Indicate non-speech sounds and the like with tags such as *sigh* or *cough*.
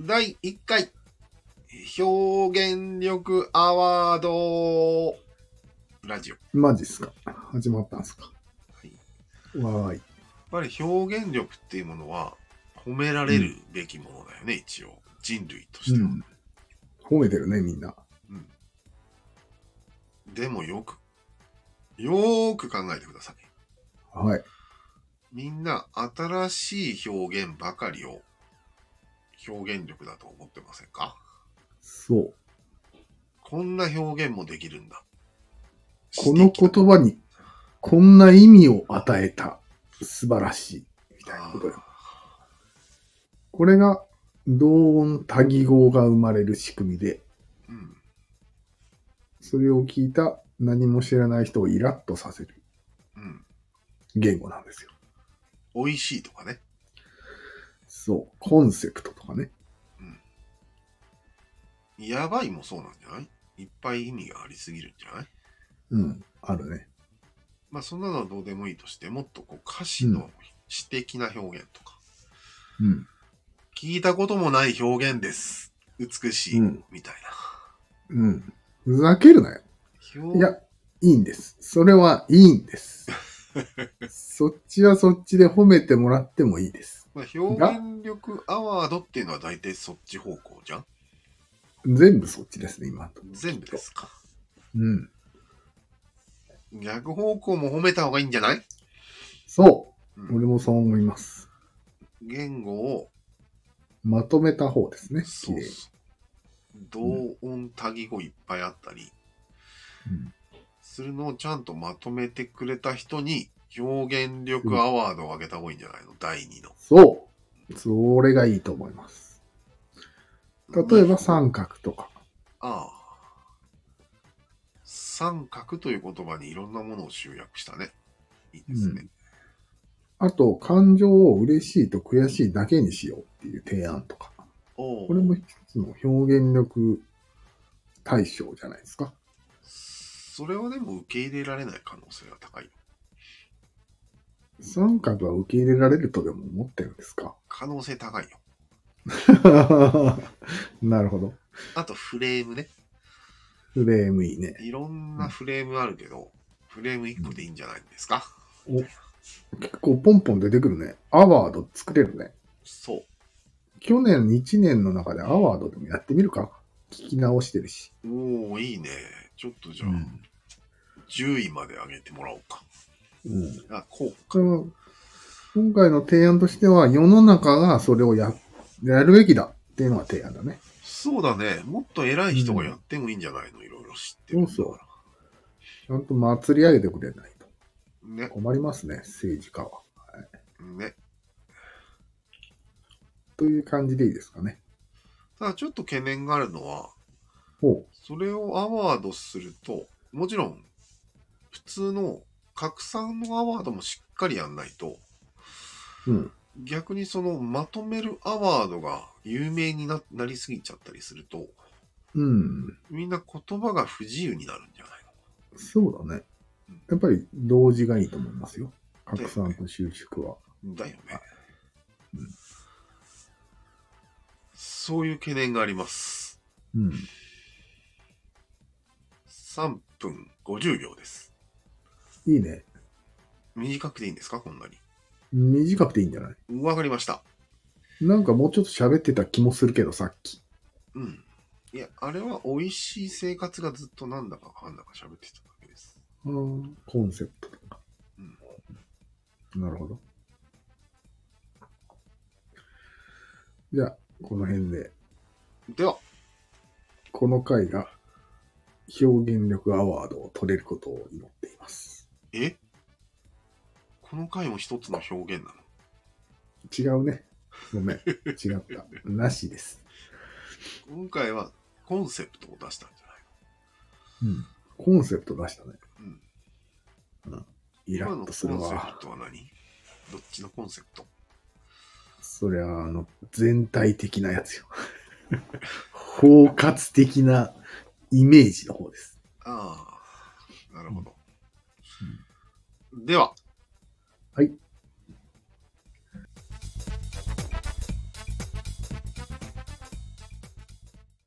第1回表現力アワードラジオ。やマジっすか始まったんすかいわーい。っぱり表現力っていうものは褒められるべきものだよね、一応。人類としてうは。ん。褒めてるね、みんな。うんでもよく、よーく考えてください。はい。みんな新しい表現ばかりを表現力だと思ってませんかそう。こんな表現もできるんだ。この言葉にこんな意味を与えた。素晴らしい。みたいなことよ。これが同音多義語が生まれる仕組みで、うん。それを聞いた何も知らない人をイラッとさせるうん。言語なんですよ。美味しいとかね。そう。コンセプトとかね。やばいもそうなんじゃないいっぱい意味がありすぎるんじゃないうん。あるね。まあそんなのはどうでもいいとして、もっとこう歌詞の詩的な表現とか、うん。聞いたこともない表現です。美しい、うんみたいうん。ふざけるなな。よ。い表や、いいんです。それはいい *laughs* んです。そっちはそっちで褒めてもらってもいいです。まあ、表現力アワードっていうのは大体そっち方向じゃん全部そっちですね、今のところ全部で。すか。うん。逆方向も褒めた方がいいんじゃない、そうう。俺ん、もそう思います。言語を、まとめた方ですね。綺そう麗にそう同音多義語いっぱいあったりするのをちゃんとまとめてくれた人に表現力アワードをあげた方がいいんじゃないの第2の。そう。それがいいと思います。例えば三角とか。ああ。三角という言葉にいろんなものを集約したね。いいですね。あと、感情を嬉しいと悔しいだけにしようっていう提案とか。おお。これも一つの表現力対象じゃないですか。それはでも受け入れられない可能性が高いよ。三角は受け入れられるとでも思ってるんですか可能性高いよ。 *laughs* なるほど。あとフレームね。フレームいいね。いろんなフレームあるけど、フレーム1個でいいんじゃないですか。結構ポンポン出てくるね。アワード作れるね。そ去年1年の中でアワードでもやってみるか。聞き直してるし。う。おお、いいね。ちょっとじゃあ、10位まで上げてもらおうか。うんあ、こう。これは今回の提案としては、世の中がそれをややるべきだっていうのが提案だね。そうだね。もっと偉い人がやってもいいんじゃないの、いろいろ知ってるんだからそうちゃんと祭り上げてくれないと。ね。困りますね、政治家は。ね。という感じでいいですかね。ただちょっと懸念があるのは、ほそれをアワードすると、もちろん、普通の拡散のアワードもしっかりやんないと、う。うん。逆にそのまとめるアワードが有名にななりすぎちゃったりすると、うん。みんな言葉が不自由になるんじゃないそうだね。やっぱり同時がいいと思いますよ。拡散と収縮は。のだよね。うんそういう懸念があります。うん。 3分50秒です。いいね。短くていいんですかこんなに。短くていいんじゃないわかりました。なんかもうちょっと喋ってた気もするけど、さっき。うん。いや、あれは美味しい生活がずっとなんだかかんだか喋ってただけです。うんコンセプトとか。なるほど。じゃあ、この辺で、では、この回が表現力アワードを取れることを祈っています。えこの回も一つの表現なの違うね。ごめん。違った。なしです。今回はコンセプトを出したんじゃないうん。コンセプト出したね。のうん。イラ今のコッとンセすプるトわ。は何どっちのコンセプトそりゃ、あの、全体的なやつよ。包括的なイメージの方です。ああ、なるほど。では、はい。